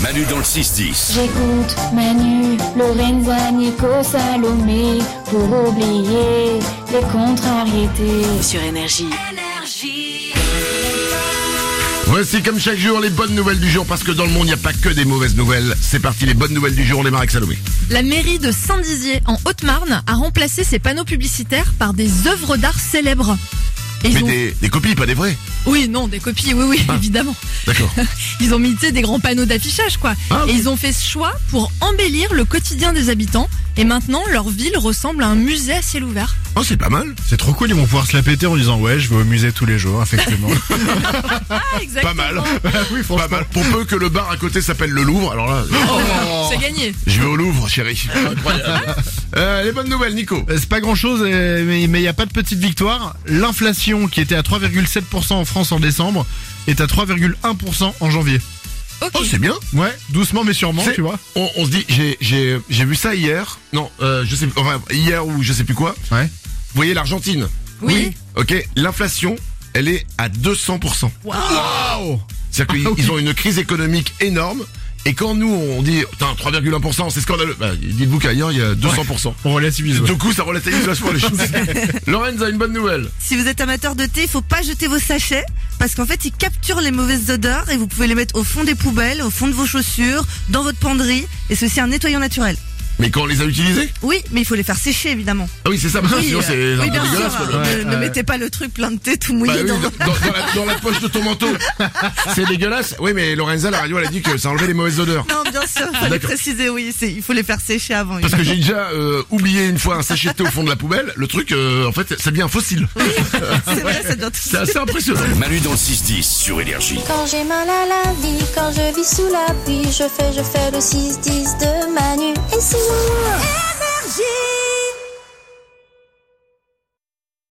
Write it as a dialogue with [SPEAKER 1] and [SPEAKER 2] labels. [SPEAKER 1] Manu dans le 6-10.
[SPEAKER 2] J'écoute Manu, Lorenza, Nico, Salomé pour oublier les contrariétés.
[SPEAKER 3] Sur Énergie.
[SPEAKER 4] Voici comme chaque jour les bonnes nouvelles du jour parce que dans le monde il n'y a pas que des mauvaises nouvelles. C'est parti les bonnes nouvelles du jour, on démarre avec Salomé.
[SPEAKER 5] La mairie de Saint-Dizier en Haute-Marne a remplacé ses panneaux publicitaires par des œuvres d'art célèbres. Et ils
[SPEAKER 4] Mais
[SPEAKER 5] ont-
[SPEAKER 4] des, des copies, pas des vrais.
[SPEAKER 5] Oui, non, des copies, oui, oui, évidemment.
[SPEAKER 4] D'accord.
[SPEAKER 5] Ils ont mis tu sais, des grands panneaux d'affichage, quoi.
[SPEAKER 4] Ah,
[SPEAKER 5] et
[SPEAKER 4] oui.
[SPEAKER 5] ils ont fait ce choix pour embellir le quotidien des habitants. Et maintenant, leur ville ressemble à un musée à ciel ouvert.
[SPEAKER 4] Oh c'est pas mal.
[SPEAKER 6] C'est trop cool, ils vont pouvoir se la péter en disant ouais, je vais au musée tous les jours, effectivement.
[SPEAKER 5] Ah,
[SPEAKER 4] Pas
[SPEAKER 5] exactement.
[SPEAKER 4] mal.
[SPEAKER 6] Bah oui,
[SPEAKER 4] Pas mal. Pour peu que le bar à côté s'appelle le Louvre, alors là. Oh.
[SPEAKER 5] C'est gagné.
[SPEAKER 4] Je vais au Louvre, chérie. Euh, les bonnes nouvelles, Nico.
[SPEAKER 6] C'est pas grand chose, mais mais il n'y a pas de petite victoire. L'inflation qui était à 3,7% en France en décembre est à 3,1% en janvier.
[SPEAKER 5] Ok.
[SPEAKER 4] Oh c'est bien.
[SPEAKER 6] Ouais, doucement mais sûrement,
[SPEAKER 4] C'est-
[SPEAKER 6] tu vois.
[SPEAKER 4] On, on se dit, j'ai, j'ai, j'ai vu ça hier. Non, euh, je sais, enfin, hier ou je sais plus quoi.
[SPEAKER 6] Ouais.
[SPEAKER 4] Vous voyez l'Argentine.
[SPEAKER 5] oui.
[SPEAKER 4] Ok, l'inflation, elle est à 200%. C'est-à-dire qu'ils
[SPEAKER 6] Ah oui.
[SPEAKER 4] ils ont une crise économique énorme. Et quand nous, on dit, putain, 3,1%, c'est scandaleux. Bah, dites-vous qu'ailleurs, il y a 200%.
[SPEAKER 6] On relativise.
[SPEAKER 4] Du coup, ça relativise vachement les choses. Lorenz a une bonne nouvelle.
[SPEAKER 7] Si vous êtes amateur de thé, faut pas jeter vos sachets parce qu'en fait, ils capturent les mauvaises odeurs et vous pouvez les mettre au fond des poubelles, au fond de vos chaussures, dans votre penderie et ceci un nettoyant naturel.
[SPEAKER 4] Mais quand on les a utilisés
[SPEAKER 7] Oui, mais il faut les faire sécher évidemment.
[SPEAKER 4] Ah oui, c'est ça, parce que
[SPEAKER 7] oui,
[SPEAKER 4] sinon,
[SPEAKER 7] euh,
[SPEAKER 4] c'est un
[SPEAKER 7] oui,
[SPEAKER 4] peu
[SPEAKER 7] bien sûr.
[SPEAKER 4] dégueulasse. quoi, le-
[SPEAKER 7] ne,
[SPEAKER 6] Ouais,
[SPEAKER 7] ne
[SPEAKER 6] ouais.
[SPEAKER 7] mettez pas le truc plein de thé tout mouillé
[SPEAKER 4] Bah oui,
[SPEAKER 7] dans
[SPEAKER 4] dans,
[SPEAKER 7] votre-
[SPEAKER 4] dans- dans la, dans la poche de ton manteau. C'est dégueulasse. Oui, mais Lorenza, la radio, elle a dit que ça enlevait les mauvaises odeurs.
[SPEAKER 7] Non, bien sûr, fallait
[SPEAKER 4] Ah, D'accord.
[SPEAKER 7] préciser, oui, c'est- il faut les faire sécher avant.
[SPEAKER 4] Parce que j'ai déjà euh, oublié une fois un sachet de thé au fond de la poubelle. Le truc, euh, en fait, ça devient un fossile.
[SPEAKER 7] C'est vrai, ça doit tout
[SPEAKER 4] C'est assez impressionnant.
[SPEAKER 1] Manu dans le 6-10 sur Énergie.
[SPEAKER 8] Quand j'ai mal à la vie, quand je vis sous la pluie, je fais, je fais le 6-10 de Manu. Et si on